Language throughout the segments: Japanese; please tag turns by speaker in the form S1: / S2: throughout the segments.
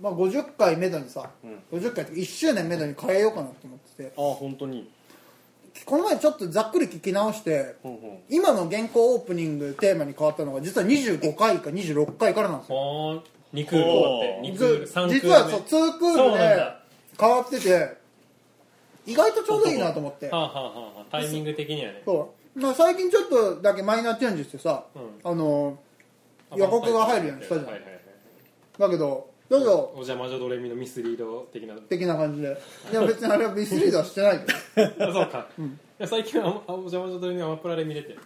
S1: まあ、50回めどにさ、
S2: うん
S1: 50回とか1周年めどに変えようかなと思ってて
S2: あ本当に
S1: この前ちょっとざっくり聞き直して
S2: ほんほん
S1: 今の現行オープニングテーマに変わったのが実は25回か26回からなんですよ
S3: ほーん2クール終わって2クール
S1: ず
S3: 3クール目
S1: 実はそう2クー
S3: そう
S1: ル
S3: なん
S1: で
S3: だ
S1: 変わってて意外とちょうどいいなと思って
S3: はあ、はあはあはあ、タイミング的にはね
S1: そう、まあ、最近ちょっとだけマイナーチェンジしてさ、
S3: う
S1: あの予告が入るようにしたじゃん
S3: はいはいはい
S1: だけどどうぞ
S3: お邪魔女ドレミのミスリード的な
S1: 的な感じでいや別にあれはミスリードはしてないけど
S3: あそうか、いや最近はあお邪魔女ドレミのアマプラで見れて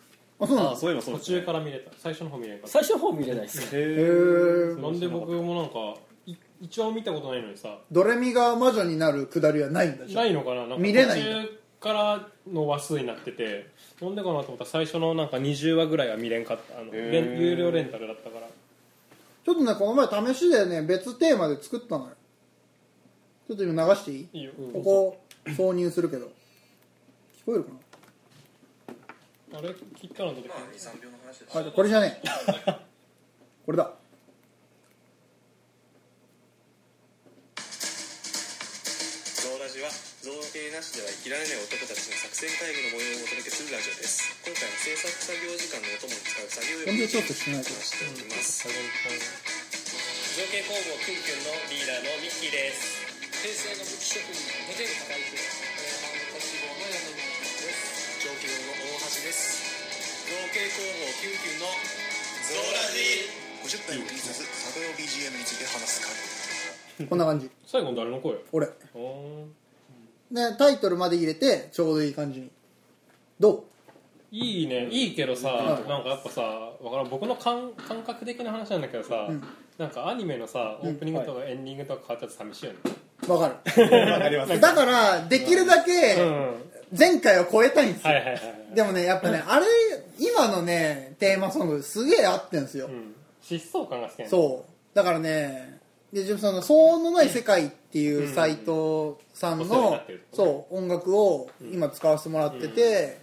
S1: あそうなん
S2: あ
S1: です
S2: そういえばそう
S3: 途
S2: ですね
S3: 中から見れた最初の方見れなかっ
S4: 最初の方見れないですね
S2: へ
S1: へ
S2: ー
S1: ー
S3: たなんで僕もなんかい一応見たことないのにさ
S1: ドレミが魔女になるくだりはないんだじゃん
S3: ないのかななんか
S1: 見れないん
S3: 途
S1: だ
S3: 中からの話数になっててなんでかなと思ったら最初のなんか20話ぐらいは見れんかったあの、
S2: へー
S3: レン有料レンタルだったから
S1: ちょっとねこの前試しでね別テーマで作ったのよちょっと今流していい
S3: いいよ、うん
S1: ここ挿入するけど聞こえるか
S3: あれ切ったの出てくる
S1: なあこれじゃねえこれだ
S5: ゾウラジは造形なしでは生きられない男たちの作戦会議の模様をお届けするラジオです今回は制作作業時間のお供に使う作業
S1: 音
S5: 用
S1: 量
S5: に
S1: 調整してないけど
S5: しておりま
S3: 最
S5: す
S3: 後に
S5: 造形工房くんくんのリーダーのミッキーです平成の武器職人のデル代表上級の大橋です造形工房くんくんのゾウラジ
S6: 50回を切りつつサブの BGM について話す会
S1: こんな感じ
S3: 最後の誰の声
S1: 俺
S3: あー
S1: ねタイトルまで入れてちょうどいい感じにどう
S3: いいねいいけどさ、
S1: うん
S3: なんかやっぱさわからん僕の感感覚的な話なんだけどさ、
S1: うん
S3: なんかアニメのさオープニングとかエンディングとか変わっちゃって寂しいよね、
S1: わか
S2: わかりま す
S1: るだからできるだけ
S3: うん
S1: 前回を超えたいんです
S3: はい
S1: よ
S3: はいはいはい
S1: でもねやっぱねあれ今のねテーマソングすげえ合ってんですよ
S3: うん疾走感が好きなんだ
S1: そうだからねで自分その「騒音のない世界」っていう斎藤さん
S3: お世話にな
S1: の
S3: ってる
S1: そう音楽を今使わせてもらってて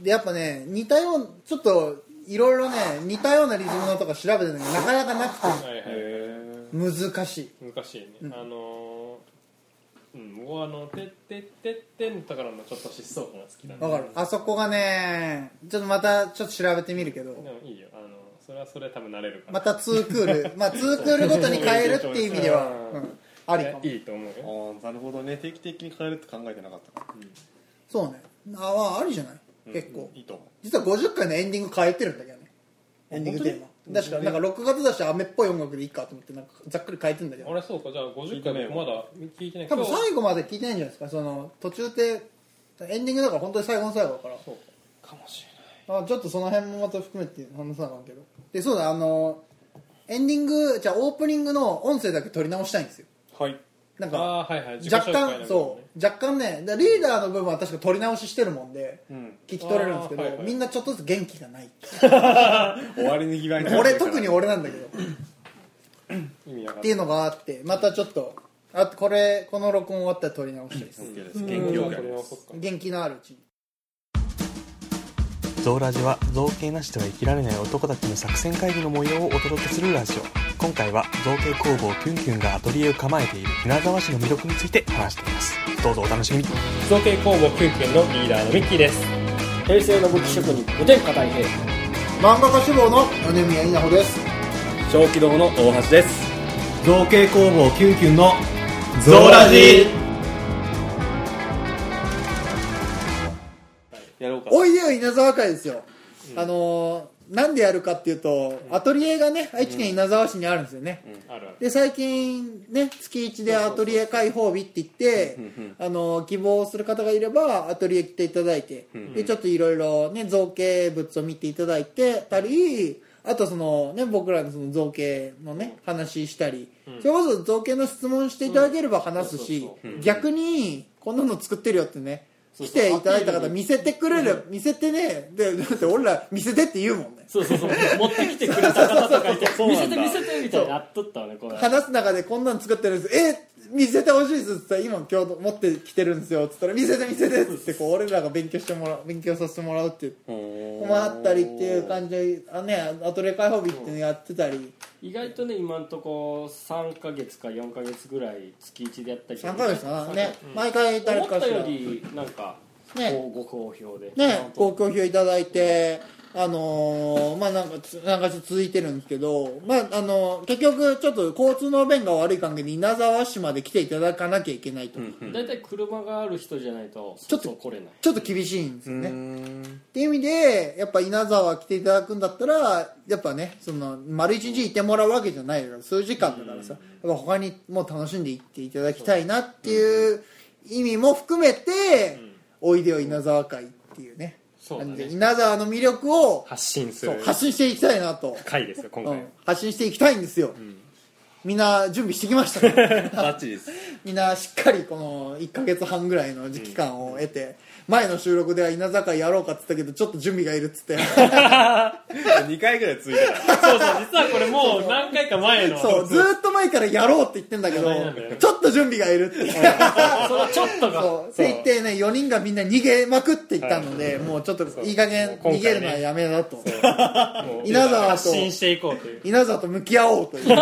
S1: でやっぱね似たようちょっといろいろね似たようなリズムのとか調べてるのがなかなかなくて
S3: はいはい
S1: 難しい
S3: 難しいね、あのーうん僕はあの「てってってってん」とからのちょっと疾走感が好きだね
S1: わかるあそこがねちょっとまたちょっと調べてみるけど
S3: でもいいよあのそれはそれ多分慣れるから
S1: また2クールまあ2クールごとに変えるっていう意味では、
S3: う
S1: うんん、ありかも
S3: いやいいと思う
S2: あ
S3: よ
S2: ーなるほどね定期的に変えるって考えてなかったか
S1: そうねああありじゃない結構、
S2: いいと思
S1: 実は50回のエンディング変えてるんだけどねエンディングテーマ確かなんか6月だし雨っぽい音楽でいいかと思ってなんかざっくり変えてんだけ
S3: あ
S1: ど
S3: れそうかじゃあ50回もまだ聞いてない
S1: 多分
S3: 今日
S1: 最後まで聞いてないんじゃないですかその途中でエンディングだから本当に最後の最後だから
S3: そうかかもし
S1: あちょっとその辺もまた含めて話さなあかんけどでそうだあのエンディングじゃあオープニングの音声だけ取り直したいんですよ
S2: うはい
S1: なん
S3: れない
S1: か
S3: ああーはいはい自己紹
S1: 若
S3: 介の部分
S1: 干
S3: ね
S1: そう若干ねだリーダーの部分は確か取り直ししてるもんで
S2: うん
S1: 聞き取れるんですけど、
S3: あーはいはい
S1: みんなちょっとずつ元気が ない
S2: 終わりに際に
S1: 俺特に俺なんだけどっ
S3: 意味なかって
S1: いうのがあってまたちょっとあとこれこの録音終わったら取り直したいです
S2: 元
S3: た
S2: 気よくや
S3: そ
S2: り
S3: れ
S2: ま
S3: は
S2: す
S3: そっか
S1: 元気のあるうちに
S7: ゾウラジは造形なしでは生きられない男たちの作戦会議の模様をお届けするラジオ今回は造形工房キュンキュンがアトリエを構えている金沢市の魅力について話していますどうぞお楽しみに
S3: 造形工房キュンキュンのリーダーのミッキーです
S4: 平成の武器職人お天下太平
S1: 漫画家志望の米宮稲穂です
S4: 小気道の大橋です
S2: 造形工房キュンキュンの
S4: ゾーラジ
S2: やろうか
S1: おいでよ稲沢会ですよ、あのーなんでやるかっていうと、アトリエがね愛知県稲沢市にあるんですよね、
S3: あるある
S1: で最近ね月1でアトリエ開放日って言ってあの希望する方がいればアトリエ来ていただいてでちょっといろいろね造形物を見ていただいてたりあとそのね僕らのその造形のね話したりそれこそ造形の質問していただければ話すし逆にこんなの作ってるよってね来ていただいた方見せてくれる、見せてねでだって俺ら見せてって言うもんね
S8: そうそうそう持ってきてくれた方とかいて見せて見せてみたいにやっとったわねこれ
S1: 話す中でこんなん作ってるんですえ見せてほしいですっつったら今今日持ってきてるんですよっつったら見せて見せてっつってこう俺らが勉強してもらう勉強させてもらうっていう困ったりっていう感じであねアトリエ開放日っていうのやってたり
S8: 意外とね今んとこ3か月か4か月ぐらい月1でやったり
S1: 3回ですかな
S8: 三
S1: ね毎回誰
S8: 思
S1: か
S8: った
S1: しら
S8: よ
S1: ね
S8: りなんか
S1: ね
S8: こうご好評で
S1: ご好評いただいてあのーまあなんかつなんかちょっと続いてるんですけどまああのー結局ちょっと交通の便が悪い関係で稲沢市まで来ていただかなきゃいけないと
S8: 大体車がある人じゃないと
S1: ち
S8: ち
S1: ょ
S8: ょ
S1: っ
S8: っ
S1: と
S8: と来れない
S1: ちょっと厳しいんですよねっていう意味でやっぱ稲沢来ていただくんだったらやっぱねその丸一日いてもらうわけじゃないから数時間だからさやっぱ他にも楽しんでいっていただきたいなっていう意味も含めて「おいでよ稲沢会」っていうね
S9: そうだね
S1: 感じで稲沢の魅力を
S3: 発信す
S1: そ
S3: る
S1: う発信していきたいなと、
S3: 回ですよ今
S1: う
S3: 回、
S1: ん、発信していきたいんですよ、みんな準備してきましたか
S2: バッチリです
S1: みんなしっかりこの1か月半ぐらいの期間を得て、前の収録では稲坂やろうかっつったけどちょっと準備がいるっつって
S2: 2回ぐらい続いたから
S9: そうそう実はこれもう何回か前の
S1: そうずーっと前からやろうって言ってんだけど
S9: やばいやばいやばい
S1: ちょっと準備がいるって
S8: それはちょっとが
S1: そうって言ってね4人がみんな逃げまくっていったので、もうちょっといい加減
S3: 今回ね
S1: 逃げるのはやめだと
S9: もう
S1: 稲沢
S9: 発
S1: と
S9: 信していこうという
S1: 稲沢と向き合おうというこ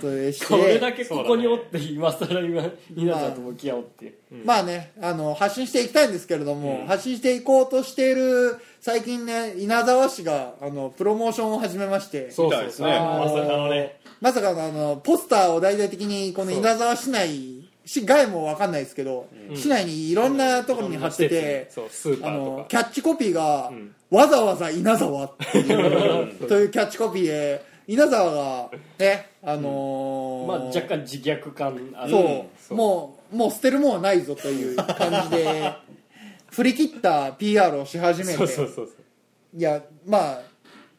S1: とでして
S8: これだけここにおって今更今稲ちゃんと向き合おうっていう
S1: まあねあの発信していきたいんですけれども、発信していこうとしている最近ね稲沢市があのプロモーションを始めまして
S8: そう
S2: みたい
S8: そ
S2: で
S8: う
S2: す
S8: そう
S2: ね
S1: あ
S9: ま
S1: の
S9: さかのね
S1: まさかのあのポスターを大々的にこの稲沢市内市外もわかんないですけど、市内にいろんなところに貼ってて、
S3: そうスーパ
S1: あ
S3: ー
S1: の
S3: とか
S1: キャッチコピーが、わざわざ稲沢っていうというキャッチコピーで稲沢がねあのー
S8: まあ若干自虐感ある
S1: そう,、もうもう捨てるもんはないぞという感じで振り切った PR をし始めて
S3: そうそうそう
S1: いやまあ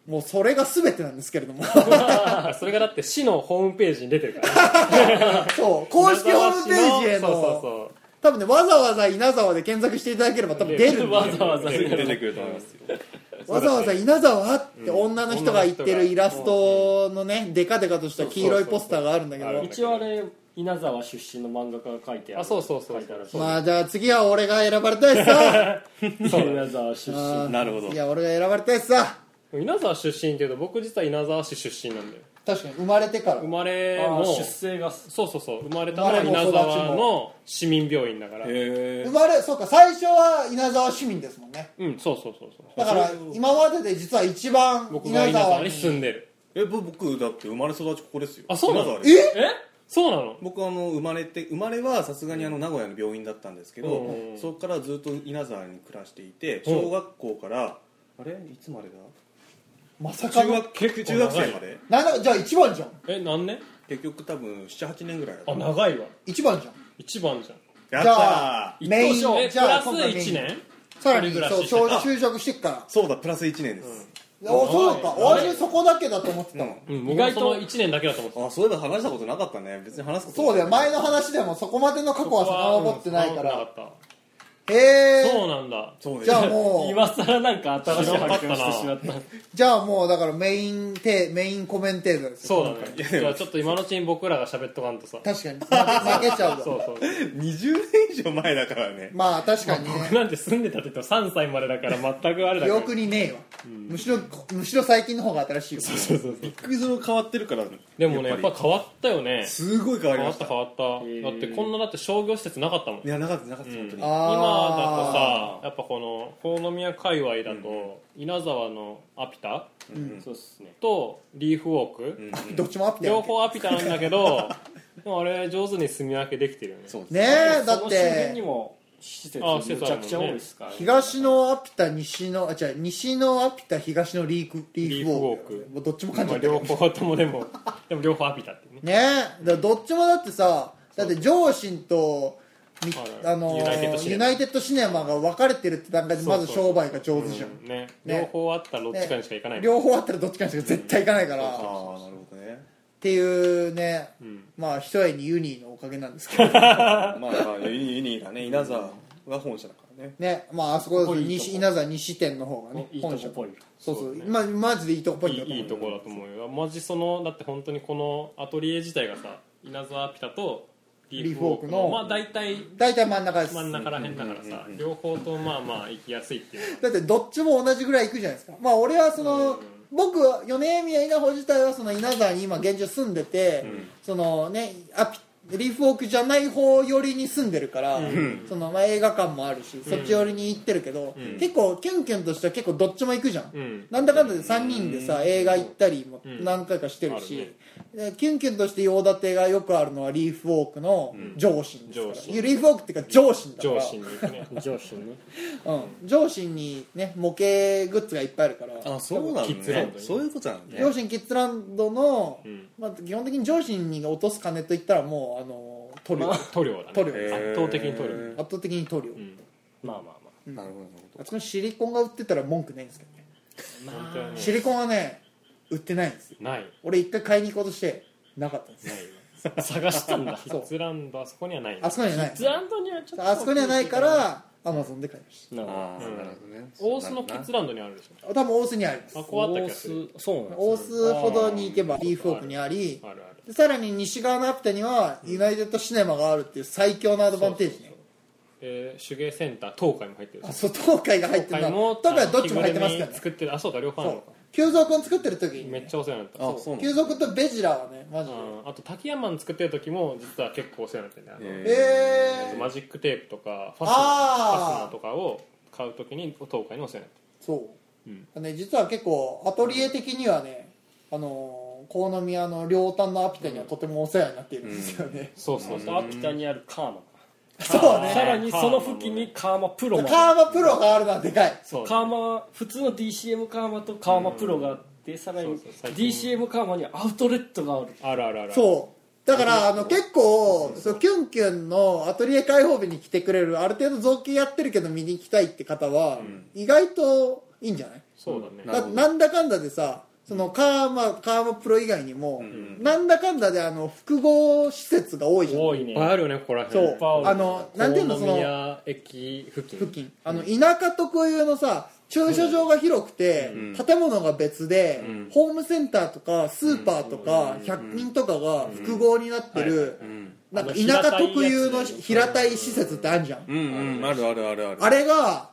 S1: もうそれが全てなんですけれども
S3: あそれがだって市のホームページに出てるからね
S1: そう公式ホームページへの
S3: そうそうそう
S1: 多分ねわざわざ稲沢で検索していただければ多分出るんで
S8: わざわざ
S2: すぐ出てくると思いますよ
S1: わざわざ稲沢って女の人が言ってるイラストのねデカデカとした黄色いポスターがあるんだけど
S8: 一応あれ稲沢出身の漫画家が書いてある
S3: あそうそうそう
S8: 書いてある
S1: まあじゃあ次は俺が選ばれたいっすさ
S8: 稲沢出
S1: あー
S8: 身
S2: なるほど
S1: 次は俺が選ばれたいっすさ
S3: 稲沢出身っていうと僕実は稲沢市出身なんだよ
S1: 確かに生まれてから
S3: 生まれ
S8: あ
S3: も
S8: ー出生が
S3: そうそうそう生まれたのは
S1: 生まれも
S3: 稲
S1: 育ちも
S3: 沢の市民病院だから
S2: へ
S1: 生まれそうか最初は稲沢市民ですもんね
S3: うんそうそうそうそう
S1: だから今までで実は一番
S3: 僕が
S1: 稲
S3: 稲沢
S1: 沢
S3: に
S1: に
S3: 住んでる
S2: えぼ僕だって生まれ育ちここですよ
S3: あそうなの
S2: 金沢です
S1: え
S3: えそうなの
S2: 僕あの生まれて生まれはさすがにあの名古屋の病院だったんですけど、そこからずっと稲沢に暮らしていて小学校から、あれいつまでだ
S1: まさか
S2: 中
S1: の
S2: 学結中学生まで
S1: なんだじゃあ一番じゃん
S3: え何年
S2: 結局多分78年ぐらいだった
S3: あ長いわ
S1: 一番じゃん
S3: 一番じゃん
S2: やっ
S1: じ
S2: た
S1: ゃあ
S2: ー
S1: メイン
S3: 一等賞え
S1: じゃあ
S3: プ
S1: 今
S3: ラ
S1: 回
S3: ス
S1: メイン
S3: 1年
S1: さらに
S3: 一人暮ら
S1: そう
S3: し
S1: そう就職してっから
S2: そうだプラス1年です、
S1: おそうか俺そこだけだと思ってたもん、
S3: うん
S8: 意
S3: 僕も
S8: 外
S3: そ
S8: と
S3: の1年だけだと思って
S2: あそういえば話したことなかったね別に話すこと
S1: そうだよ
S2: なか
S1: 前の話でもそこまでの過去は遡ってないか
S3: 遡
S1: ら
S3: ってなか
S1: へ
S3: った
S1: え
S3: そうなんだ
S2: そう
S1: じゃあ
S2: ね
S1: もう
S8: 今更なんか新しい発見をしてしまった
S1: じゃあもうだからメインテメインコメンテーターですよ
S3: そうだねじゃあちょっと今のうちに僕らが喋っとかんとさ
S1: 確かに負け負けちゃう
S3: そ
S1: ぞ
S3: うそう
S2: 20年以上前だからね
S1: まあ確かにね
S3: 僕なんて住んでたって言っても3歳までだから全くあれ
S1: 記
S3: だから
S1: 憶にねえわ、むしろむしろ最近の方が新しいよ
S2: びっくりする変わってるから
S3: でもねやっぱ
S2: り
S3: 変わったよね
S2: すごい変わり
S3: 変わ
S2: ま
S3: っ
S2: した
S3: た変わっただってこんなだって商業施設なかったもん
S2: いやなかったなかった、本当に
S1: あ
S3: 今
S1: あ
S3: だとさやっぱこの鴻宮界隈だと稲沢のアピタ
S8: そうっすね
S3: とリーフウォーク
S1: ーどっちもアピタ
S3: 両方アピタなんだけど でもあれ上手に住み分けできてるよね
S2: そうです
S1: ねえだ
S8: そ
S1: っ
S8: の周辺に
S1: て
S8: も施設
S3: あ
S8: め
S3: 施設
S8: ち
S3: あ
S8: ゃ
S3: るもんね
S8: くちゃ多いですからね
S1: 東のアピタ西のあ違う西のアピタ東のリークリーフウォーク
S3: リーフウォーク
S1: もうどっちも感じ
S3: ま
S1: ゃ
S3: あ
S1: った
S3: 両方とも でもでも両方アピタってね
S1: ねえだからどっちもだってさだって上信とみ
S3: はい
S1: あの
S3: ユナイテッドシネマ
S1: ユナイテッドシネマが分かれてるって段階でまず商売が上手じゃん
S3: ね
S1: ね
S3: 両方あったらどっちかにしか行かないもん
S1: 両方あったらどっちかにしか絶対行かないから
S2: あ
S1: っ
S2: あなるほどね
S1: ていうねまあ一重にユニーのおかげなんですけど
S2: まあまあユニユニがね稲沢が本社だからね
S1: ねまああそこ
S8: ここいいとこ
S1: 西稲沢西店の方がね
S8: いいと
S1: 本
S8: こ
S1: 社
S8: っぽい
S1: そうそうまマジでいいとこっぽいんだと
S3: いいいいところだと思うよマジそのだって本当にこのアトリエ自体がさ稲沢ピタとリーフウォーク
S1: リーフウォークの
S3: のまあ大体
S1: 大体真ん中です
S3: 真ん中ら辺だからさ両方とまあまあ行きやすいっていうのは
S1: だってどっちも同じぐらい行くじゃないですかまあ俺はその、僕は米宮稲穂自体はその稲沢に今現状住んでて、そのねアピリーフウォークじゃない方寄りに住んでるから、そのまあ映画館もあるし、そっち寄りに行ってるけど、結構キュンキュンとしては結構どっちも行くじゃん、
S3: ん
S1: なんだかんだで3人でさ、映画行ったりも
S3: ん
S1: 何回かしてるし、でキュンキュンとして用立てがよくあるのはリーフウォークの上心ですから、
S3: 上心
S1: リーフウォークっていうか上心だから
S3: 上司に行くね
S8: 上司ね
S1: うん、上信にね模型グッズがいっぱいあるから
S2: あそうなの
S3: キッズラン
S2: ね
S3: ドに
S2: そういうことなんだ
S1: 上
S2: ね
S1: 信キッズランドの、
S3: ん
S1: まあ、基本的に上信に落とす金といったらもうあの塗料、
S3: 塗料だね
S1: 塗料
S2: へー
S3: 圧倒的に塗料
S1: 圧倒的に塗料、
S3: うん
S8: まあまあまあ
S2: なるほどなる
S1: あそこにシリコンが売ってたら文句ないんですけどね
S3: 本当にね
S1: シリコンはね売ってないんですよ
S3: ない
S1: 俺一回買いに行こうとしてなかったんですよ
S8: 探したんだ
S3: キ
S1: そう
S3: ッズランドあそこにはない
S1: あそこにはない
S3: ズランドにはちょっと
S1: あそこにはないからアマゾンで買いまし
S8: な
S2: ほど
S8: あ
S2: ああなるほどね
S3: 大須のキッズ
S2: ら
S3: ランドにあるでしょ
S1: た多分大須にあります
S3: あこうあった気がする
S8: そうなんです
S1: 大須ほどに行けばリーフウォークにあり
S3: あるある
S1: でさらに西側のアプタにはユナイテッドシネマがあるっていう最強のアドバンテージね
S3: で手芸センター東海も入ってるでしょ
S1: あそう東海が入ってる
S3: 東海
S1: の
S3: も
S1: 東海はどっちも入ってますか
S3: 着ぐ
S1: ら
S3: るみ
S1: ね
S3: 作ってるあそうか両方あるの
S1: そ
S3: か
S1: う久蔵君作ってる時に
S3: めっ
S1: ね
S3: ちゃお世話になった
S2: あそうなんだ
S1: 久蔵君とベジラはねマジで
S3: うんあと滝山作ってる時も実は結構お世話になってるんだよあの
S1: えー
S3: マジックテープとかファスナー
S1: あー
S3: ファスナーとかを買うときに東海にお世話になって
S1: そう
S3: うん、
S1: ね実は結構アトリエ的にはねあのー河宮の両端のアピタにはとてもお世話になっているんですよね、
S3: そうそうそう
S8: あと北にあるカーマ
S1: そう
S8: さ
S1: ね
S8: らにその付近にカーマプロも
S1: カーマプロがあるのはでかい
S3: そう
S8: カーマ普通の DCM カーマとカーマプロがあってさらに
S3: そうそう最近
S8: DCM カーマにはアウトレットがある
S3: あるあるある
S1: そうだからあの結構そうキュンキュンのアトリエ開放日に来てくれるある程度造形やってるけど見に行きたいって方は、意外といいんじゃない
S3: そうだね
S2: な
S1: だっ
S2: るほ
S1: て
S2: ど
S1: なんだかんだでさそのカーマカーマプロ以外にも、なんだかんだであの複合施設が多いじゃん
S8: 多い
S3: い
S8: ね
S3: っぱいあるよねここら
S1: そう
S3: 辺
S1: あのなんていうのそ
S3: 大
S1: の
S3: 宮駅付近
S1: 付近あの田舎特有のさ駐車場が広くて、建物が別で、ホームセンターとかスーパーとか、100均とかが複合になってる、なんか田舎特有の平たい施設ってあるじゃん、
S2: うんうんあるあるあるある
S1: あれが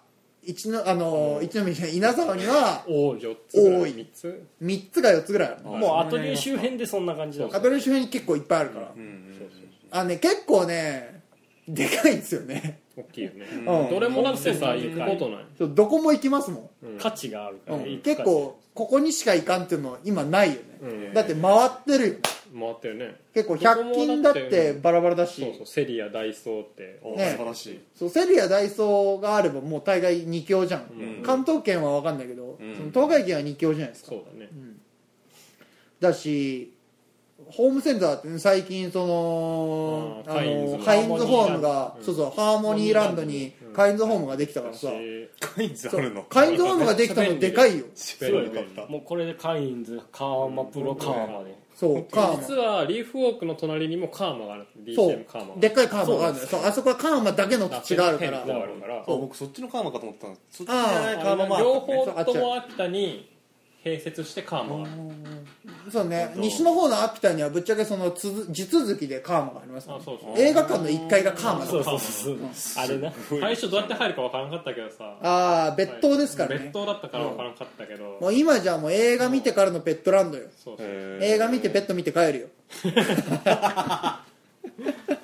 S1: 一のあの、一宮稲沢には
S3: おお4つぐら
S1: 多い
S3: 3つ
S1: 3つか4つぐらいあるの
S8: もうアトリエ周辺でそんな感じだ
S1: アトリエ周辺に結構いっぱいあるから、あのね結構ねでかいんですよね
S3: 大きいよね
S1: ん
S3: どれもだってさ行くことない
S1: そうどこも行きますもん
S8: 価値があるから
S1: う
S8: ね
S1: ん、結構ここにしか行かんっていうのは今ないよね、
S3: うん
S1: だって回ってるよ
S3: 回ってるね
S1: 結構
S3: どこも
S1: 100均だっ
S3: だって
S1: てバラバラだし
S3: そうそうセリアダイソーって
S2: お素
S1: ね
S2: 晴らしい
S1: そうセリアダイソーがあればもう大概2強じゃん、関東圏は分かんないけど、
S2: ん
S1: その東海圏は2強じゃないですか
S3: そうだね
S1: だしホームセンターだってね最近その
S3: あー
S1: あのハ
S3: カ
S1: イ
S3: イ
S1: ン
S3: ン
S1: ズ
S3: ズ
S1: ホ
S3: ホ
S1: ー
S3: ー
S1: ム
S3: ム
S1: が、そうそうハーモニーランドにカインズホームができたからさ、
S3: 私
S2: カインズあるの
S1: カインズホームができたのでかいよ
S8: すごい
S3: ベ
S8: よ
S3: ル
S8: か
S3: ベル
S8: ったもうこれでカインズカーマプロカーマで
S1: そうカーマ
S3: 実はリーフウォークの隣にもカーマがある
S1: そ
S3: DCM
S1: う
S3: カーマが
S1: でっかいカーマがあるのよそうあそこはカーマだけの土地があるから
S3: 店舗があるから
S2: そう僕そっちのカーマかと思ったのそっちじ
S1: あ
S2: ゃ
S1: ー
S2: ないカーマもあ
S3: 両
S2: ったね
S3: 方とも秋田に併設してカーマがある
S1: そうね
S2: そう
S1: 西の方のアピタにはぶっちゃけそのつづ地続きでカーマがあります、ね
S3: あ、そうそう
S1: 映画館の1階がカーマだ
S8: そうそうそうあれな
S3: 最初どうやって入るかわからなかったけどさ
S1: ああ別棟ですから
S3: 別
S1: ね
S3: 棟だったからわからなかったけど
S1: もう今じゃもう映画見てからのペットランドよ
S3: そうそう
S2: へー
S1: 映画見てペット見て帰るよ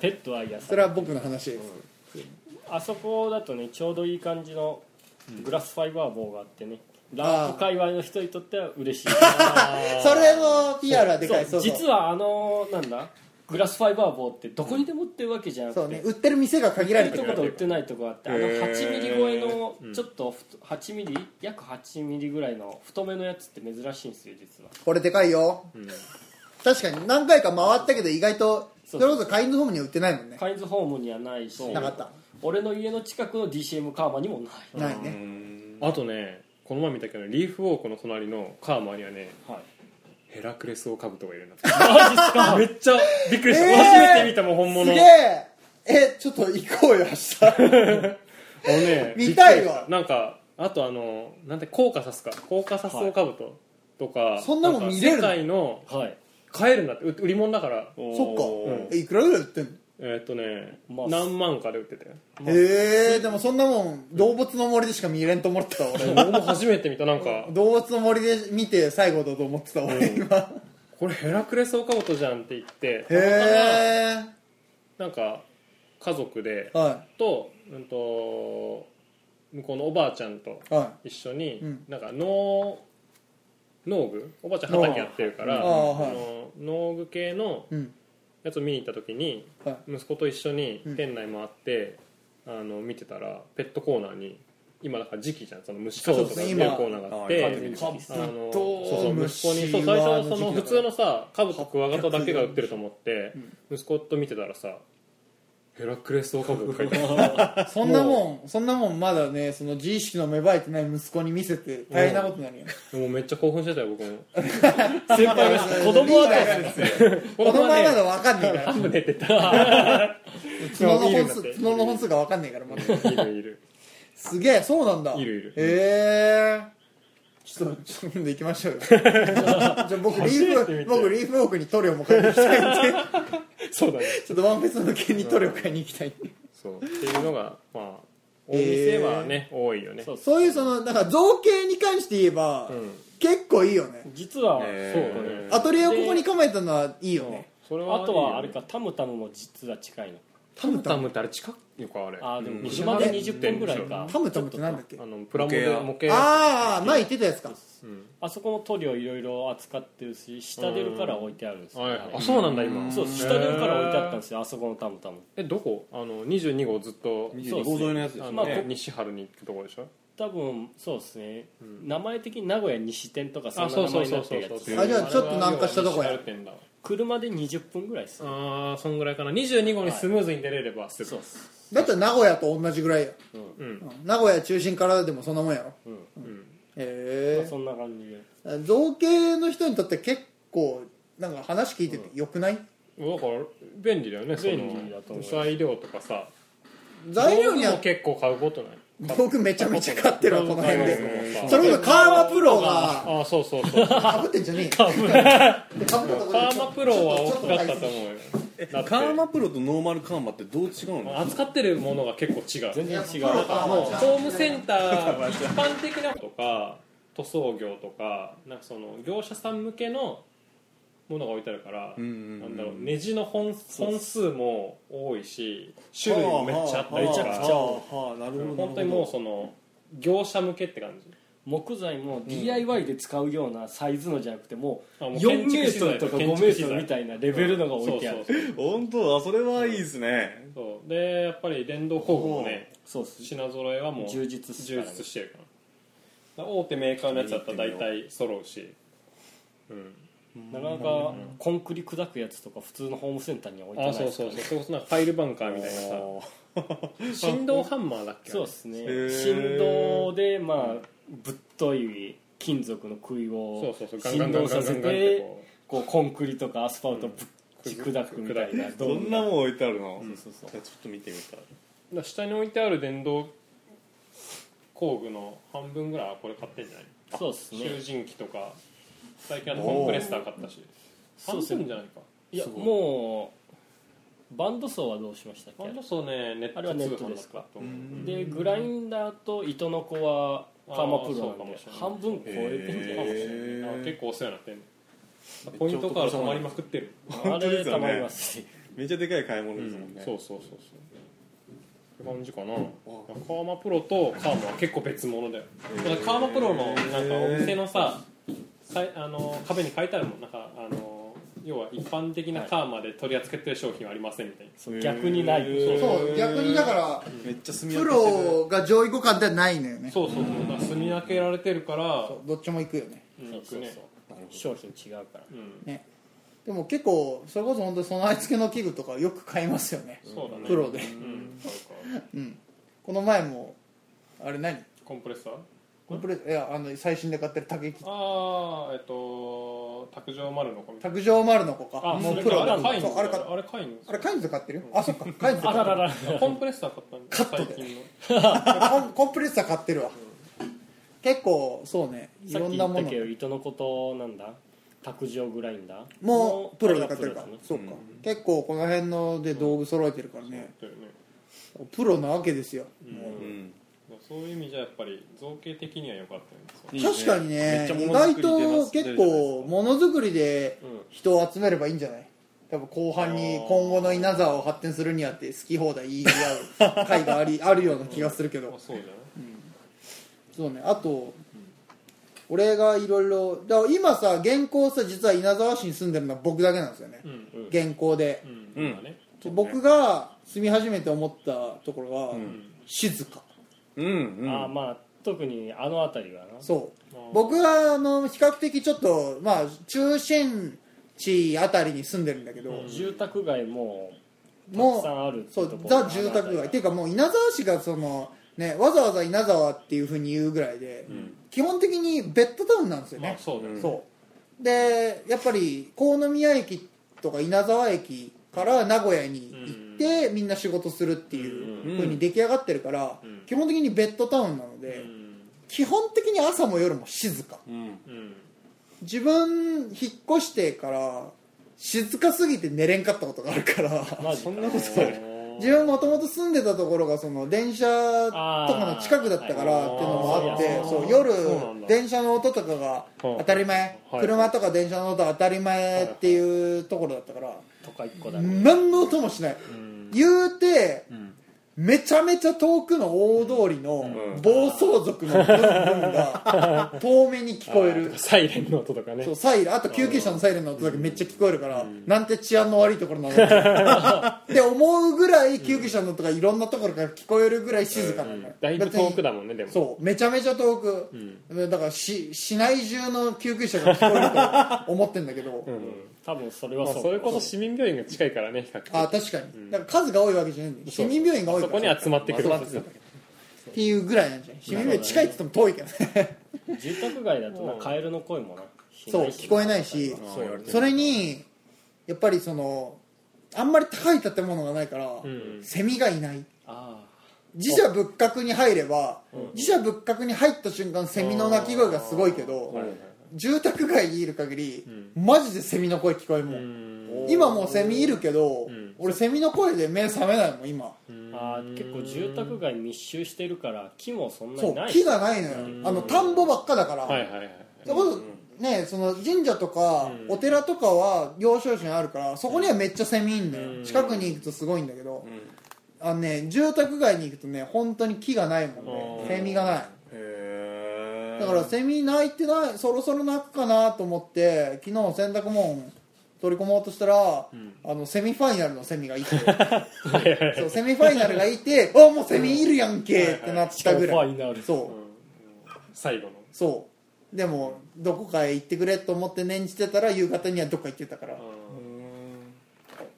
S8: ペットは癒
S1: そ
S8: さ
S1: れは僕の話です、
S8: あそこだとねちょうどいい感じのグラスファイバー棒があってねラップ界隈の人にとっては嬉しい
S1: それの PR はでかい
S8: そ
S1: そううそう
S8: 実はあのなんだグラスファイバー棒ってどこにでも売ってるわけじゃな
S1: そう
S8: く
S1: ね
S8: て
S1: 売ってる店が限ら
S8: 売
S1: れ
S8: って
S1: て
S8: る
S1: る
S8: とこと売ってないとこあってあの
S2: へー
S8: 8ミリ超えのちょっとふと8ミリ約8ミリぐらいの太めのやつって珍しいんですよ実は
S1: これでかいよ、確かに何回か回ったけど意外とそ
S8: そうそう
S1: れこそカインズホームには売ってないもんね
S8: カインズホームにはないし
S1: なかった
S8: 俺の家の近くの DCM カーマにもない
S1: ないね、
S3: あとねこの前見たけどリーフウォークの隣のカーマにはね
S8: はい
S3: ヘラクレスオオカブトが いるんだってめっちゃびっくりした
S1: えー
S3: 初めて見たもん本
S1: す
S3: 物
S1: げええちょっと行こうよ明日
S3: あのね
S1: 見たいわ
S3: びっくりしたなんかあとあのなんてコーカサスかコーカサスオカブトとか、
S1: そんなもん
S3: か
S1: 見れるの
S3: 世界の
S8: はい
S3: 買えるんだってう売り物だから
S1: そっか
S3: おー
S1: えいくらぐらい売ってんの
S3: えーっとね、
S8: まあ
S3: 何万かで売って たよ
S1: へえでもそんなもん動物の森でしか見れんと思ってた 俺
S3: 僕も初めて見たなんか
S1: 動物の森で見て最後だと思ってた俺今
S3: これヘラクレスオカブトじゃんって言って
S1: へえ
S3: なんか家族で
S1: は
S3: と,、うん、と向こうのおばあちゃんと
S1: いは
S3: 一緒に、
S1: うん
S3: なんか農農具おばあちゃん畑やってるから
S1: ああはい
S3: あの農具系の
S1: いうん
S3: やつを見に行った時に
S1: はい
S3: 息子と一緒に
S1: うん
S3: 店内回って、あの見てたらペットコーナーに今だから時期じゃんその虫かごとか
S1: そうです
S3: 見る
S1: ね
S3: コーナーがあっ
S2: 今ああ
S3: て。
S8: カブ
S3: あの
S1: と
S3: そうそう息子にそう
S1: 虫
S3: 最
S1: は
S3: 初その
S1: 時期だから
S3: 普通のさカブとクワガタだけが売ってると思って息子と見てたらさ「ヘラクレスオオカブ」って書いてある
S1: そんなもんそんなもんまだねその自意識の芽生えてない息子に見せて大変なことになるよ
S3: もうめっちゃ興奮してたよ僕も
S8: 先輩 が子供はね
S1: この前ま
S3: ね
S1: だ分かんねえから
S3: 半分寝てた
S1: 角の本
S3: いいんだっ
S1: 数
S3: て
S1: 角の本数が分かんねえからまだ
S3: いるいる
S1: すげえそうなんだ
S3: いるいる
S1: へえちょっとちょっと飲んでいきましょうよじゃあ僕リー
S3: 初めて
S1: フ
S3: 見た
S1: 僕リーフウォークに塗料も買いに行きたい んで
S3: そうだね
S1: ちょっとワンピース向けに塗料買いに行きたいんで
S3: そうっていうのがまあお店はね、多いよね
S8: そう
S1: そういうそのなんか造形に関して言えば、結構いいよね
S8: 実は
S2: ね
S8: そうだね
S1: アトリエをここに構えたのはいいよね
S3: それはいいよね
S8: あとはあれかタムタムも実は近いの
S1: タムタ
S3: タム
S1: ム
S3: ってあれ近いのかあれ
S8: あーでも
S3: うん
S8: 車で20分ぐらいか
S1: タムタムってなんだっけ
S3: あのプラモデル模型
S1: ああ前言ってたやつか
S8: あそこも塗料いろいろ扱ってるし下出るから置いてあるんですよ
S3: はいあそうなんだ今
S8: そう下出るから置いてあったんですよあそこのタムタム
S3: えどこあの22号ずっと
S2: 22号沿いのやつです
S3: あ
S2: よ
S3: の、
S8: まあ
S2: ね
S8: こ
S3: 西原に行くとこでしょ
S8: 多分そうですね、名前的に名古屋西店とかそん
S3: あ
S8: な
S3: そう
S8: 名
S3: そ
S8: 前
S3: う
S8: に
S3: そ
S8: な
S3: う
S8: って
S3: そう
S8: るやつ
S1: あじゃあちょっと南下したとこや
S3: あれは西原店だわ
S8: 車で20分ぐらいですよ
S3: あーそんぐらいかな22号にスムーズに出れればすぐ、
S8: そうっす
S1: だったら名古屋と同じぐらいや、
S3: うん
S1: うん名古屋中心からでもそんなもんやろ、うんへ
S8: そんな感じで
S1: え造形の人にとって結構なんか話聞いててよくない、
S3: だから便利だよねその
S8: 便利だと思う
S3: 材料とかさ
S1: 材料に
S3: 道具
S1: は
S3: も結構買うことない
S1: 僕めちゃめちゃ買ってるわこの辺で
S3: うん
S1: それこそカーマプロが
S3: ああそ うそうそうカ
S1: かぶってんじゃねえよかぶったところで
S3: ーマプロは大きかったと
S1: う
S3: 思うよだって
S2: カーマプロとノーマルカーマってどう違うの
S3: 扱ってるものが結構違う
S8: 全然違う
S3: もうホームセンター一般的なとか塗装業とかなんかその業者さん向けのものが置いてあるから、
S2: んうんうん
S3: なんだろうネジの本本数も多いし種類もめっちゃあったり
S2: は
S3: と
S2: あはあ
S3: か
S2: はあはあなるほど
S3: 本当にもうその業者向けって感じ
S8: 木材も DIY で使うようなサイズのじゃなくてもう
S3: あもう
S8: 4メートルとか5メ
S3: 建築資材
S8: ートルみたいなレベルのが置いてある
S3: そうそう
S2: 本当だそれはいいですね
S3: そうそうでやっぱり電動工具もね
S8: そうっす
S3: 品揃えはもう
S8: 充実して
S3: 充実してるからだから大手メーカーのやつだったら大体揃うし
S8: なかなかコンクリ砕くやつとか普通のホームセンターには置いてな
S3: あ
S8: い
S3: そう
S8: で
S3: そうそうそ
S8: すから
S3: れこそなんかファイルバンカーみたいなさ振動ハンマーだっけ
S8: そうですね
S2: ー
S8: 振動でまあぶっとい金属の杭
S3: そう
S8: を
S3: そうそうガンガ
S8: 振
S3: ンガン
S8: 動
S3: ガ
S8: さ
S3: ンガ
S8: せ
S3: ンガンって
S8: て
S3: こ
S8: こうコンクリとかアスファルトをぶっち砕くみた いな
S2: どんなもん置いてあるの
S8: そうそう
S2: じゃあちょっと見てみたいう
S3: だから下に置いてある電動工具の半分ぐらいはこれ買ってんじゃない
S8: そうですね
S3: 囚人機とか最近あのコンプレッサー買ったし
S8: そ
S3: 半
S8: うですね
S3: 分じゃないか
S8: いや
S2: すごい
S8: もうバンドソーはどうしましたっ
S3: あれ
S8: け
S3: こそねネッ
S8: あれは
S3: ト
S8: ネ
S3: 通
S8: ット
S3: 販
S8: で
S3: だっ
S8: す
S3: た
S8: か
S3: と思う
S8: でグラインダーと糸の子はカーマプロなんで
S3: あーそうか
S8: 半
S3: もし
S8: 分超えてんじゃないですか
S2: へ
S3: あ
S2: ー
S3: 結構お世話になってんねポイントカードたまりまくってる
S8: あ
S2: 本当で
S8: れ
S2: すよ
S8: た
S2: ね
S8: まりますね
S2: めっちゃでかい買い物ですもんね
S3: そうそうそうそうって感じかなカーマプロとカーマは結構別物だよだからカーマプロのなんかお店のささいあの壁に書いてあるもんなんかあの要は一般的なカーマで取り扱ってる商品はありませんみたいな
S8: そう逆にない
S2: へー
S1: そう逆にだから
S2: めっちゃ住み
S1: プ
S2: 分けしてる
S1: ロが上位互換ではないのよね
S3: そうそうそうだから住み分けられてるから
S1: どっちも行くよね
S3: うん
S8: そうそう
S3: ね
S8: 商品違うから
S3: うん
S1: ねでも結構それこそ本当に備え付けの器具とかよく買いますよね
S3: そうだね
S1: プロで
S3: うん
S1: うんこの前もあれ何
S3: コンプレッサー
S1: コンプレいやあの最新で買ってる竹切っ
S3: ああえっとの卓上丸の子みたい
S1: 卓上丸の子か
S3: なあ
S1: も
S3: そうれ
S1: プロ
S3: かあ
S1: だ
S3: れカインズ
S1: そうあれか
S3: あれカインズ
S1: あれカインズ買ってるよあそっかカインズ買
S8: あ
S1: って
S8: ら
S1: る
S8: ららら
S3: コンプレッサー買ったんだ
S1: カットで
S3: 最近の
S1: コンコンプレッサー買ってるわ結構そうねい
S8: さ
S1: ろ
S8: っ
S1: ん
S8: き
S1: な
S8: 言っ
S1: も
S8: た
S1: の
S8: けど糸のことなんだ卓上グラインダー
S1: もうプロで買ってる
S8: あ
S1: か
S8: れがプロです
S1: そ
S8: ね
S1: うか結構この辺ので道具揃えてるからね
S3: だよね
S1: プロなわけですよもう
S2: うん
S3: そういう意味じゃやっぱり造形的には良かったんですよ
S2: い
S1: 確
S2: いね
S1: かに
S2: め
S1: ね
S2: っちゃ
S1: 意
S2: 物
S1: 外
S2: 作り出ま
S1: と
S2: す出
S1: 結
S2: るじゃない
S1: 構ものづくりで人を集めればいいんじゃない多分後半に今後の稲沢を発展するにあって好き放題言い合う回がありあるような気がするけ
S3: ま
S1: ど
S3: あそうじゃない
S1: そうねあと俺がいろいろだから今さ現行さ実は稲沢市に住んでるのは僕だけなんですよね
S3: うん
S1: 現行で
S3: うんまあね
S1: 僕が住み始めて思ったところは静か
S2: うんうん
S8: ああまあ特にあの辺りはな
S1: そう僕はあの比較的ちょっとまあ中心地あたりに住んでるんだけど、
S8: 住宅街もた
S1: も
S8: くさんあるって
S1: そ
S8: と
S1: う
S8: こ
S1: ザ住宅街っていうかもう稲沢市がそのねわざわざ稲沢っていうふうに言うぐらいで、基本的にベッドタウンなんですよ
S3: まあ
S1: ね、
S3: そうだよね
S1: そうでやっぱり鴻宮駅とか稲沢駅から名古屋に行って、みんな仕事するっていうふうに出来上がってるから、基本的にベッドタウンなので、基本的に朝も夜も静か
S2: うん
S3: うん
S1: 自分引っ越してから静かすぎて寝れんかったことがあるから
S2: そんなことある
S1: 自分もともと住んでたところがその電車とかの近くだったからっていうのもあって
S3: あー
S1: そう
S3: そうなん
S1: 夜
S3: だ
S1: 電車の音とかが当たり前
S3: はい
S1: 車とか電車の音当たり前っていうところだったから
S8: とか一個だね
S1: 何の音もしない言うてめちゃめちゃ遠くの大通りの
S2: うん
S1: 暴走族のブンブンが遠目に聞こえる
S8: サイレンの音とかね
S1: そうサイレンあと救急車のサイレンの音だけめっちゃ聞こえるから、なんて治安の悪いところなのかって思うぐらい救急車の音がいろんなところから聞こえるぐらい静かなのよ、
S3: だいぶ遠くだ
S1: ん
S3: もんねでも
S1: そうめちゃめちゃ遠く、だからし市内中の救急車が聞こえると思ってんだけど、
S8: 多分それは
S3: まあ
S8: そう
S3: それこそ市民病院が近いからね比較的
S1: あ確かに、だから数が多いわけじゃないんだよ市民病院が多いか
S3: そ
S1: ら
S3: こに集まってくる
S1: っていうぐらいなんじゃない市民病院近いって言っても遠いけどね
S8: 住宅街だとなカエルの声もな
S1: そう聞こえないいし
S2: そう言われてる
S1: それにやっぱりそのあんまり高い建物がないから、セミがいない
S8: ああ
S1: 自社仏閣に入れば、自社仏閣に入った瞬間セミの鳴き声がすごいけど、住宅街にいる限り、マジでセミの声聞こえるもん、今もうセミいるけど、俺セミの声で目覚めないもん今、
S8: あー結構住宅街密集してるから木もそんな
S1: そ
S8: に
S1: う
S8: ない
S1: 木がないのよ、あの田んぼばっかだから、
S3: はいはいはい
S1: そこねその神社とかお寺とかは要所要所にあるからそこにはめっちゃセミいんだよ、近くに行くとすごいんだけど、あのね住宅街に行くとね本当に木がないもんねセミがない
S2: へえ
S1: だからセミ鳴いてないそろそろ鳴くかなと思って昨日洗濯物取り込もうとしたら、あのセミファイナルのセミが いてそうセミファイナルがいて「あもうセミいるやんけ」ってなったぐら
S8: しかもファイナル
S1: いそう
S3: 最後の
S1: そうでもどこかへ行ってくれと思って念じてたら夕方にはどっか行ってたから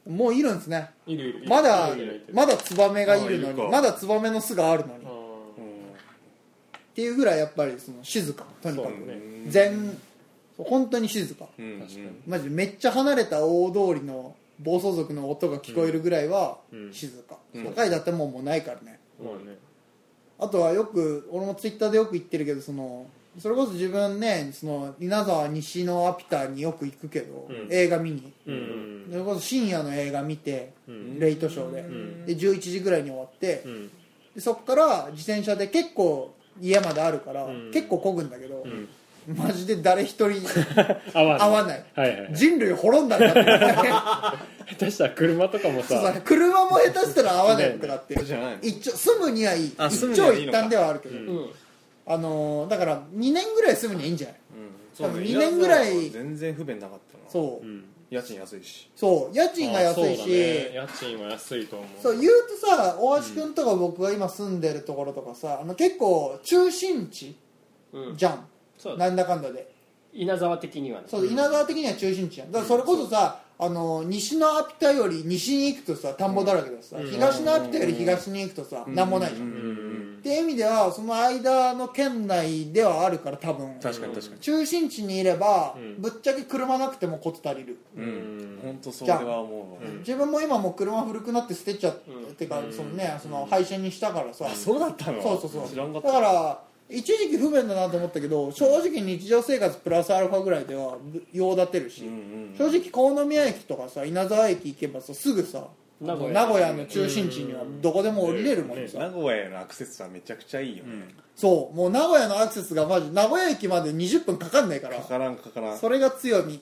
S1: もういるんですね
S3: いるいるいる
S1: まだ
S3: いるいるいる
S1: まだツバメがいるの
S2: あ
S1: に
S2: いるか
S1: まだツバメの巣があるのにっ
S3: うん
S1: ていうぐらいやっぱりその静かとにかく
S3: そうね
S1: 全本当に静か
S2: うんうん
S1: マジでめっちゃ離れた大通りの暴走族の音が聞こえるぐらいは静か、高い建物もないからね、
S3: まあね
S1: あとはよく俺もツイッターでよく言ってるけどそのそれこそ自分ねその稲沢西のアピタによく行くけど、映画見に、
S3: うん
S1: それこそ深夜の映画見て、レイトショーで,、で11時ぐらいに終わって、
S3: ん
S1: でそっから自転車で結構家まであるから、結構漕ぐんだけど、マジで誰一人
S3: 合
S1: 合
S3: わ
S1: わない
S3: ないはいはい
S1: 人類滅んだんだって
S3: 下手したら車とかも
S1: そう
S3: さ
S1: そう車も下手したら合わないとかって
S2: じゃないの
S1: 一丁住むにはいい
S2: あ
S1: 一
S2: 住むに
S1: 長
S2: はいい
S1: 一
S2: のか
S1: 短ではあるけど、あのーだから2年ぐらい住むにはいいんじゃない
S2: そうね
S1: 多分二年ぐらい
S2: 稲沢は全然不便なかったな
S1: そう、
S2: 家賃安いし
S1: そう家賃が安い
S3: あ
S1: し
S3: そうだね家賃は安いと思う
S1: そう言うとさ大橋君とか僕が今住んでるところとかさ、あの結構中心地じゃん、
S8: そう
S1: なんだかんだで
S8: 稲沢的にはね
S1: そう稲沢的には中心地やんだからそれこそさ、あの西のアピタより西に行くとさ田んぼだらけだしさ、東のアピタより東に行くとさ、なんもないじゃん、
S2: うん
S1: っていう意味ではその間の県内ではあるから多分
S2: 確かに確かに
S1: 中心地にいれば、
S3: うん
S1: ぶっちゃけ車なくてもコツ足りる、
S2: うん本当それは思うわ
S1: 自分も今もう車古くなって捨てちゃって、てかそのねその廃車にしたからさ、
S2: そうだったの
S1: そうそうそう
S2: 知らんか
S1: だ
S2: った
S1: から一時期不便だなと思ったけど正直日常生活プラスアルファぐらいではぶ用立てるし、
S2: うん
S1: 正直鴻宮駅とかさ稲沢駅行けばさすぐさ
S8: 名古屋
S1: の中心地にはどこでも降りれるもんさ、
S2: 名古屋へのアクセスはめちゃくちゃいいよね
S1: そうもう名古屋のアクセスがマジ名古屋駅まで20分かかんないから
S2: かからんかからん
S1: それが強み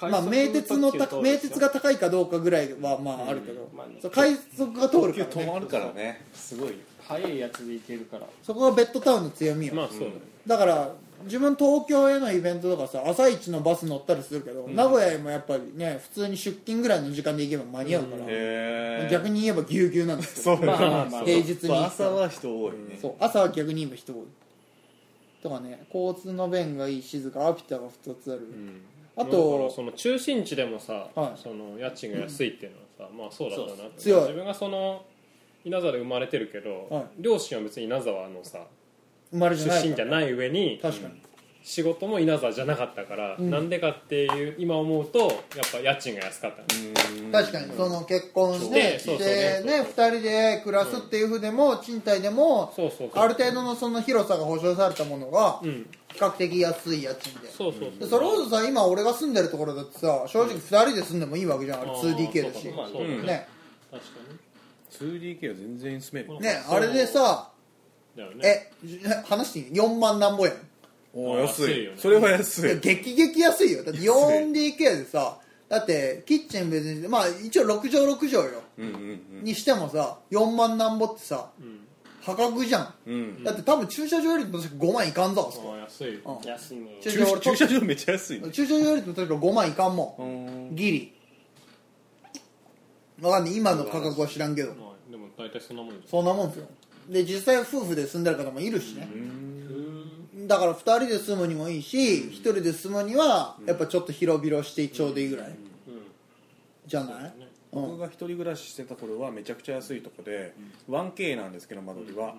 S1: まあ名鉄のた名鉄が
S8: っ
S1: 高いかどうかぐらいはまああるけど、
S8: まあね
S1: そう快速が通る
S2: 東
S1: か
S2: 急
S1: ら、ね
S2: 止まるからねすごいよ
S8: 早いやつでいけるから
S1: そこがベッドタウンの強みよ、
S3: まあそうだね
S1: だから自分東京へのイベントとかさ朝一のバス乗ったりするけど、名古屋へもやっぱりね普通に出勤ぐらいの時間で行けば間に合うから、
S2: へえ
S1: 逆に言えばぎゅうぎゅうなんです
S2: そ
S1: よ
S2: うだね
S8: まあまあまあ
S1: 平日に
S2: そう朝は人多いね
S1: そう朝は逆に言えば人多いとかね交通の便がいい静かアピタが2つある、あ
S3: だから
S1: と
S3: その中心地でもさ、
S1: はい
S3: その家賃が安いっていうのはさまあそうだったなって
S1: 強い
S3: 自分がその稲沢で生まれてるけど、
S1: はい
S3: 両親は別に稲沢のさ
S1: 生まれじゃない
S3: 出身
S1: か
S3: じゃ
S1: ら
S3: ない上に
S1: 確かに、
S3: 仕事も稲沢じゃなかったから、
S1: ん
S3: なんでかっていう今思うとやっぱ家賃が安かったね
S1: 確かにその結婚して
S3: そ
S1: して
S3: うそうそう
S1: ね2人で暮らすっていうふうでも賃貸でも
S3: そうそうそう
S1: ある程度のその広さが保証されたものが
S3: うん
S1: 比較的安い家賃で
S3: そうそう
S1: で
S3: そう
S1: それこそさ今俺が住んでるところだってさ正直2人で住んでもいいわけじゃんあれ
S3: あー
S1: 2DK だし
S3: そうかそうか
S2: うん
S1: ね
S3: 確かに
S2: 2DK は全然住める
S1: ねあれでさ
S3: だよね
S1: え話していい4万なんぼやん
S2: おー
S3: 安
S2: 安
S3: いよ
S2: い
S3: ね
S2: それはい安
S1: や
S2: い
S1: 激激安いよだって 4DK でさだってキッチン別にまあ一応6畳6畳よ
S2: うんうん
S1: にしてもさ4万なんぼってさ破格じゃん
S2: うんうん
S1: だって多分駐車場よりも確か5万いかんぞあそこ
S3: あ安い
S1: うん
S8: 安いね
S1: 駐
S2: 駐
S1: 車場
S2: 駐車場めっちゃ安いね
S1: 俺駐車場よりも確か5万いかんも
S2: うん
S1: んギリわかんない今の価格は知らんけど
S3: まあでも大体そんなもんじ
S1: そんなもんですよで実際夫婦で住んでる方もいるしねだから2人で住むにもいいし1人で住むにはやっぱちょっと広々してちょうどいいぐらいじゃないうん
S2: 僕が一人暮らししてた頃はめちゃくちゃ安いとこで 1K なんですけど間取りは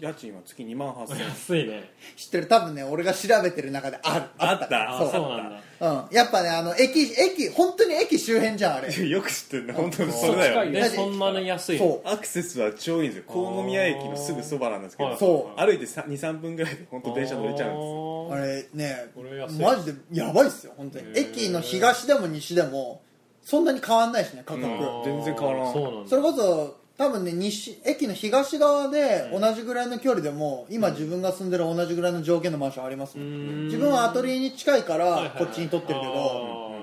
S2: 家賃は月2万8000
S3: ゃん
S2: 円
S3: 安いね
S1: 知ってる多分ね俺が調べてる中である
S2: あった
S3: あそうなんだ
S1: うん、やっぱねあの駅駅本当に駅周辺じゃんあ れ
S2: よく知ってるね本当にそれだよ
S1: ね
S3: でそんなに安い
S1: そう
S2: アクセスは超いいんですよ鴻宮駅のすぐそばなんですけ
S3: あー
S2: ど
S1: そ
S2: 歩いて23分ぐらいで本当電車乗れちゃうんですよ
S1: あ
S3: ん
S1: れね
S3: これ安い
S1: マジでやばいっすよ本当に
S3: へー
S1: 駅の東でも西でもそんなに変わんないしね価格、
S2: うん全然変わらん
S3: そうなんだ
S1: それこそ多分ね西駅の東側で同じぐらいの距離でも今自分が住んでる同じぐらいの条件のマンションありますもん
S3: ん
S1: 自分はアトリエに近いか
S3: はいはい
S1: ら
S3: はい
S1: こっちに撮ってるけど、
S3: あ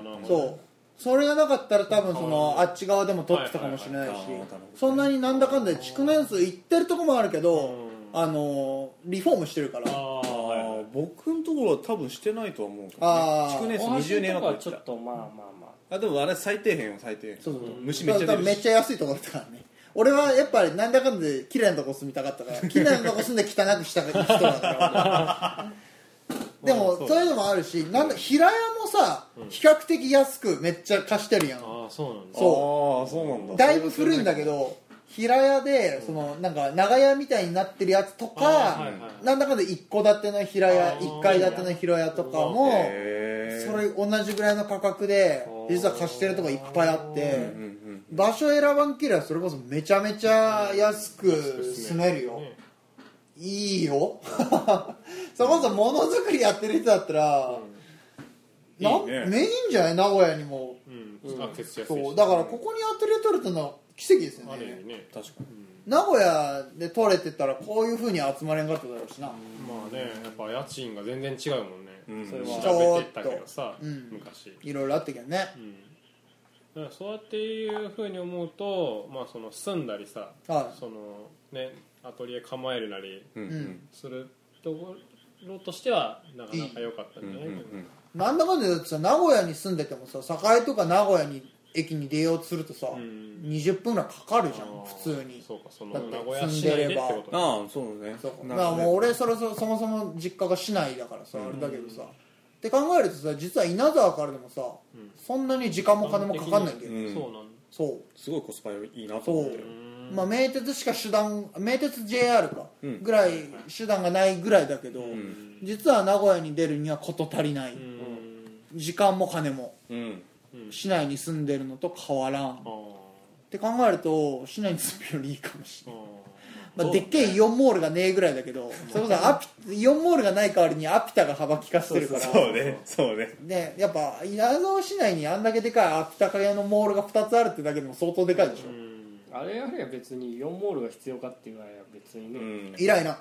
S3: ーなるほど
S1: そうそれがなかったら多分そのあっち側でも撮ってたかもしれないし
S2: はいはいはいはい
S1: そんなになんだかんだで築年数いってるとこもあるけどあのリフォームしてるから
S3: あ
S2: あ
S3: ーはいはい
S2: ー僕のところは多分してないとは思うけど
S1: あー
S2: ね築年数
S8: 大橋
S2: 20年は
S8: のとこ
S2: 超え
S8: は
S2: て
S8: ちょ
S2: た
S8: っとまあまあまあ
S2: あでもあれ最底辺よ最底辺
S1: そうそうそう
S2: 虫めっち
S1: だ
S2: ゃ出
S1: から
S2: る
S1: めっちゃ安いところだったからね俺はやっぱりなんだかんだで綺麗なとこ住みたかったから綺麗なとこ住んで汚くした人だからでもそういうのもあるしなんだ平屋もさ比較的安くめっちゃ貸してるやん
S3: あーそうなんだ
S1: そ
S2: ああそうなんだ
S1: うだいぶ古いんだけど平屋でそのなんか長屋みたいになってるやつと
S3: あー
S1: か
S3: はいはい
S1: なんだかんだ一戸建ての平屋
S3: あー
S1: 一階建ての平屋とかも
S2: へー
S1: それ同じぐらいの価格で実は貸してるとこいっぱいあって場所選ばんけりゃそれこそめちゃめちゃ安く住めるよいいよ それこそものづくりやってる人だったらなん
S2: いいね
S1: メインじゃない名古屋にも
S3: うんアクセス安い
S1: そう
S3: し
S1: だからここにアトリエ取れたのは奇跡ですよ
S3: ある意味
S1: ね
S3: ね
S2: 確かに
S1: 名古屋で取れてたらこういうふうに集まれんかっただろうしな
S3: まあねやっぱ家賃が全然違うもんね、
S2: ん
S3: それ
S1: ちょ
S3: は
S1: っと
S3: 調べてったけどさ、
S1: うん
S3: 昔
S1: いろいろあったけどね
S3: だからそうやっていうふうに思うと、まあ、その住んだりさ
S1: はい
S3: そのねアトリエ構えるなり
S2: うんう
S1: うんん
S3: するところとしてはなかなか良かったんじゃ
S2: うんう
S3: なんいかな、
S1: なんだかんだだってさ名古屋に住んでてもさ栄とか名古屋に駅に出ようとするとさ、
S3: ん
S1: 20分ぐらいかかるじゃ
S3: あ
S1: ん
S3: ー
S1: 普通に
S3: そうかその
S1: だって
S3: 名古屋市内でってことね
S2: ああそうね
S1: そうか
S2: な
S1: だ
S2: ん
S1: から
S2: ね
S1: もう俺それそそもそも実家が市内だからさ、あれだけどさって考えるとさ実は稲沢からでもさ、そんなに時間も金もかかんないんだよ、
S2: うん
S3: そうなん
S1: そう
S2: すごいコスパいいなと
S1: そ
S2: 思
S1: う
S2: ってる、
S1: まあ、名鉄しか手段名鉄 JR か
S2: うん
S1: ぐらい手段がないぐらいだけど、
S2: うん
S1: 実は名古屋に出るには事足りない、時間も金も
S2: うん、
S1: 市内に住んでるのと変わらん、って考えると市内に住むよりいいかもしれない、まあ、でっけえイオンモールがねえぐらいだけどそれこそアピイオンモールがない代わりにアピタが幅利かしてるから
S2: そうねそうね
S1: ねやっぱ稲沢市内にあんだけでかいアピタ系のモールが2つあるってだけでも相当でかいでしょ、
S8: あれあれは別にイオンモールが必要かって言われれば別に
S2: う
S8: ね、
S2: ん
S1: 以来な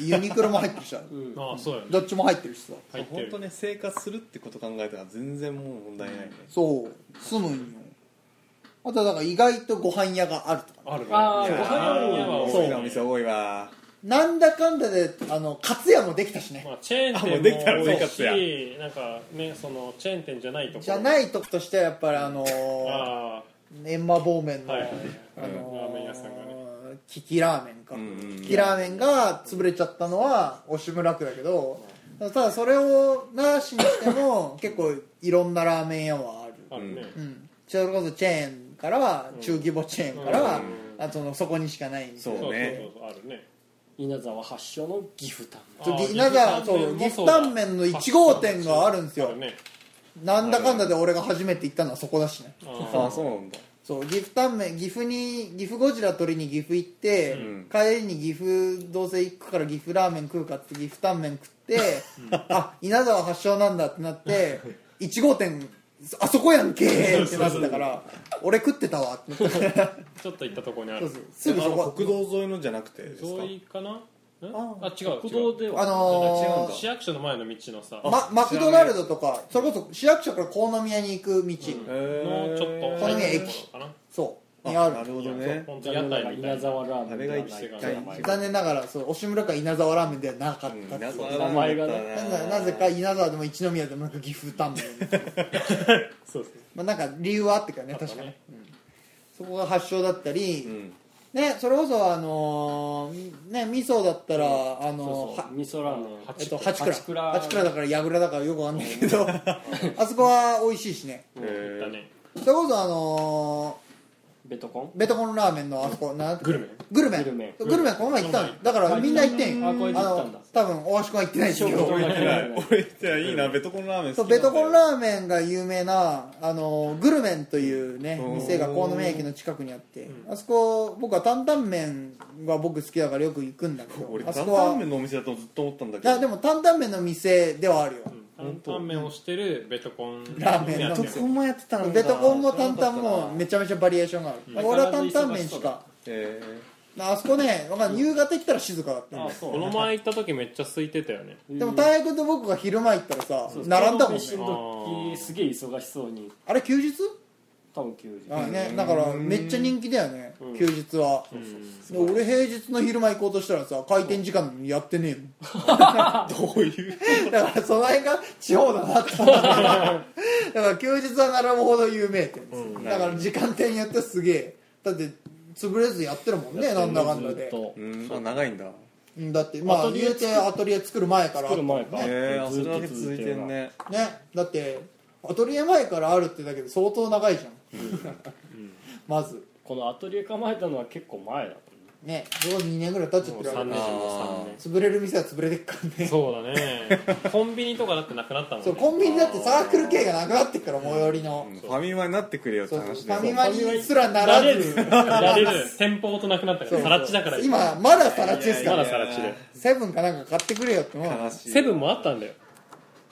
S1: ユニクロも入ってるしさ
S8: うん
S3: ああそうやね
S1: どっちも入ってるしさ
S3: 入って
S2: 本
S3: る
S2: 当ね生活するってこと考えたら全然もう問題ないね、
S1: そう住むんよあとはだから意外とご飯屋があるとかね
S3: あるね
S8: ああご
S2: いやー
S8: 飯屋は
S2: 多いなお店多いわ
S1: なんだかんだであのカツ屋もできたしね
S3: まあ、チェーン
S2: あもうできた
S3: 店
S2: ら
S3: も
S2: で
S3: 多
S2: きた
S3: い
S2: っすや
S3: しなんかねそのチェーン店じゃないとこ
S1: じゃ
S3: い
S1: ないとことしてはやっぱりあのー
S3: あ
S1: 閻魔棒麺の、
S3: はいはい
S1: あ
S3: うんラーメン屋さんが
S1: のーキキラーメンか、
S2: うんうん
S1: キキラーメンが潰れちゃったのは惜しむらくだけどただそれをなしにして も結構いろんなラーメン屋はある
S3: ああるね、
S1: うん、それこそチェーンから中規模チェーンから、あそのそこにしかないみたいな
S2: そ
S3: そうう
S2: ね
S3: そうそうあるね
S8: 稲沢発祥の岐阜タン
S3: あ
S1: そう
S3: ー
S1: ぎなんかそ
S3: 岐
S1: う
S3: 阜
S1: 岐阜
S3: タ
S1: タ
S3: ン
S1: ン
S3: メ
S1: メ
S3: ン
S1: ンの
S3: もそうだ
S1: 1号店があるんです
S3: あ
S1: よ
S3: るね
S1: なんだかんだで俺が初めて行ったのはそこだしね
S2: ああそうなんだ
S1: そう岐阜タンメン岐阜に岐阜ゴジラ取りに岐阜行って、
S2: ん
S1: 帰りに岐阜どうせ行くから岐阜ラーメン食うかって岐阜タンメン食って、あ稲沢発祥なんだってなって1号店あそこやんけーってなってたから俺食ってたわってなって
S3: ちょっと行ったとこにあ
S1: そう
S3: る
S1: そうす
S2: で
S1: ぐ
S2: も
S1: そ
S2: あの
S1: こ
S2: 国道沿いのじゃなくてですか
S3: 上位かなうん
S2: あ
S3: あ違う
S8: 歩
S3: 違
S8: 道
S3: う
S8: では
S1: あのー
S3: 市役所の前の道のさ
S1: ま、マクドナルドとかそれこそ市役所から鴻宮に行く道、
S3: のち
S1: こ
S3: ょっと
S1: の辺
S3: 入った
S1: 駅
S3: とこかな
S1: そうにあ
S2: あ
S1: る
S2: なるほどね
S3: 本当
S8: 残
S3: 屋台
S8: 念な
S3: みた
S8: がら
S3: い
S8: 稲
S3: な
S8: 沢ラーメンでは
S2: あ
S8: な
S2: れ
S8: い
S2: が
S8: か
S2: 一
S8: ら
S2: 回
S1: 残念ながらそう押村か稲沢ラーメンではなかったっていう
S8: 名前がね
S1: なんだなぜか稲沢でも一宮でもなく岐阜タンメンみたいな
S3: そうですね
S1: まあなんか理由はあってからね確かに、うんそこが発祥だったり、
S2: うん
S1: ねそれこそあのーね味噌だったら、あのーは
S8: 味噌ラーメン
S1: えっと、八倉
S8: 八倉
S1: 八倉だから櫓だからよくわかんないけど あそこは美味しいしね
S3: 行ったね
S1: それこそあの
S8: ベトコン
S1: ーベトコンラーメンのあそこなんて
S3: グルメ
S1: グルメ
S8: グルメ
S1: グルメこの前行ったのだからみんな行ってんよ
S8: あこいつ行ったんだ
S1: 多分大橋君は行ってないですけど
S8: そう
S2: 俺じゃあいいなベトコンラーメン
S1: そ
S2: 好
S1: う
S2: き
S1: ベ
S2: なんだ
S1: ト
S2: よ
S1: コンラーメンが有名なあのグルメンというね
S2: うん
S1: 店が鴻宮駅の近くにあってあそこ僕は担々麺が僕好きだからよく行くんだけど
S2: 俺
S1: あそ
S2: 担
S1: こ
S2: 々
S1: は
S2: 麺のお店だとずっと思ったんだけ
S1: いや
S2: ど
S1: でも担々麺の店ではあるよ
S3: 担々麺をしてるベトコン
S1: ラーメンの
S3: やってる
S1: そ
S2: ンもやってた
S1: ベトコンも担々もめちゃめちゃバリエーションがある
S8: うん
S1: 俺は担々麺しか
S2: え
S1: あそこねわかんない夕方来たら静かだった
S8: あ
S1: の
S8: そう
S3: この前行った時めっちゃ空いてたよね
S1: でも大学と僕が昼間行ったらさ並んだもんね
S8: その飯の時すげえ忙しそうに
S1: あれ休日
S8: 多分休日
S1: はいね、だからめっちゃ人気だよね、休日は、で俺平日の昼間行こうとしたらさ開店時間やってね えもんどういうだからその辺が地方だなって 思っただから休日は並ぶほど有名店です、だから時間帯によってはすげえだって潰れずやってるもんねなんだかんだ
S8: ずっ
S1: で
S8: と
S2: うんあ長いんだ
S1: うんだってまあ言うてアトリエ作る前から
S8: 来る前か
S1: ね
S2: ええそ
S8: ずっ
S2: れだ
S8: と
S2: け続
S8: 続
S2: い
S8: い
S2: て
S8: て
S2: ん
S8: んね
S2: ね
S1: ねだってアトリエ前からあるってだけで相当長いじゃん まず
S8: このアトリエ構えたのは結構前だ
S1: ねもう2年ぐらい経っちゃってるわ
S3: 3
S1: け
S3: 年
S1: だし
S3: も
S1: 潰れる店は潰れてっから
S3: 3年
S1: ね
S3: そ うだねコンビニとかだってなくなったもん
S1: そ
S3: ね
S1: うコンビニだってサークル系がなくなってっから最寄りの
S2: うんファミマになってくれよって
S1: そうそう
S2: 話
S1: フ
S2: で
S1: ァミマにすらなら
S3: られ
S1: ず
S3: るられる店舗ごとなくなったか
S1: そう
S3: らさらっちだから
S1: 今まださらちですか
S3: ま
S1: ら
S3: だ
S1: ね
S3: さらっちで
S1: セブンかなんか買ってくれよって思う
S2: 悲しい
S3: セブンもあったんだよ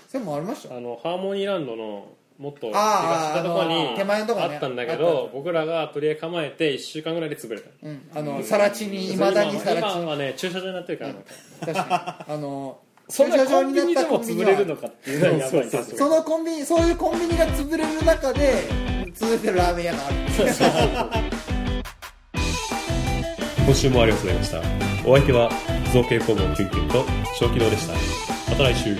S1: セブンもありました
S3: あのハーモニーランドのもっと東
S1: あー
S3: のとこ
S1: あの手前のと
S3: に
S1: こね
S3: あったんだけ
S1: あったあっ
S3: ど僕らが取り構えて1週間ぐらいで潰れた
S1: うんあのさらちにいまだにさら
S3: 今
S1: ち
S3: はね駐車場になってるから
S1: 確かにあの
S8: そんな
S1: 駐車
S8: コ
S1: 場
S8: ン
S1: に
S8: ビ
S1: な
S8: ニ
S1: っ
S8: で
S1: た
S8: も潰れるの
S1: コンビニは
S8: かっていうのはやばいです
S1: そのコンビニそういうコンビニが潰れる中で続いてるラーメン屋がある
S10: 今週もありがとうございましたお相手は造形工房キュンキュンと小気道でしたまた来週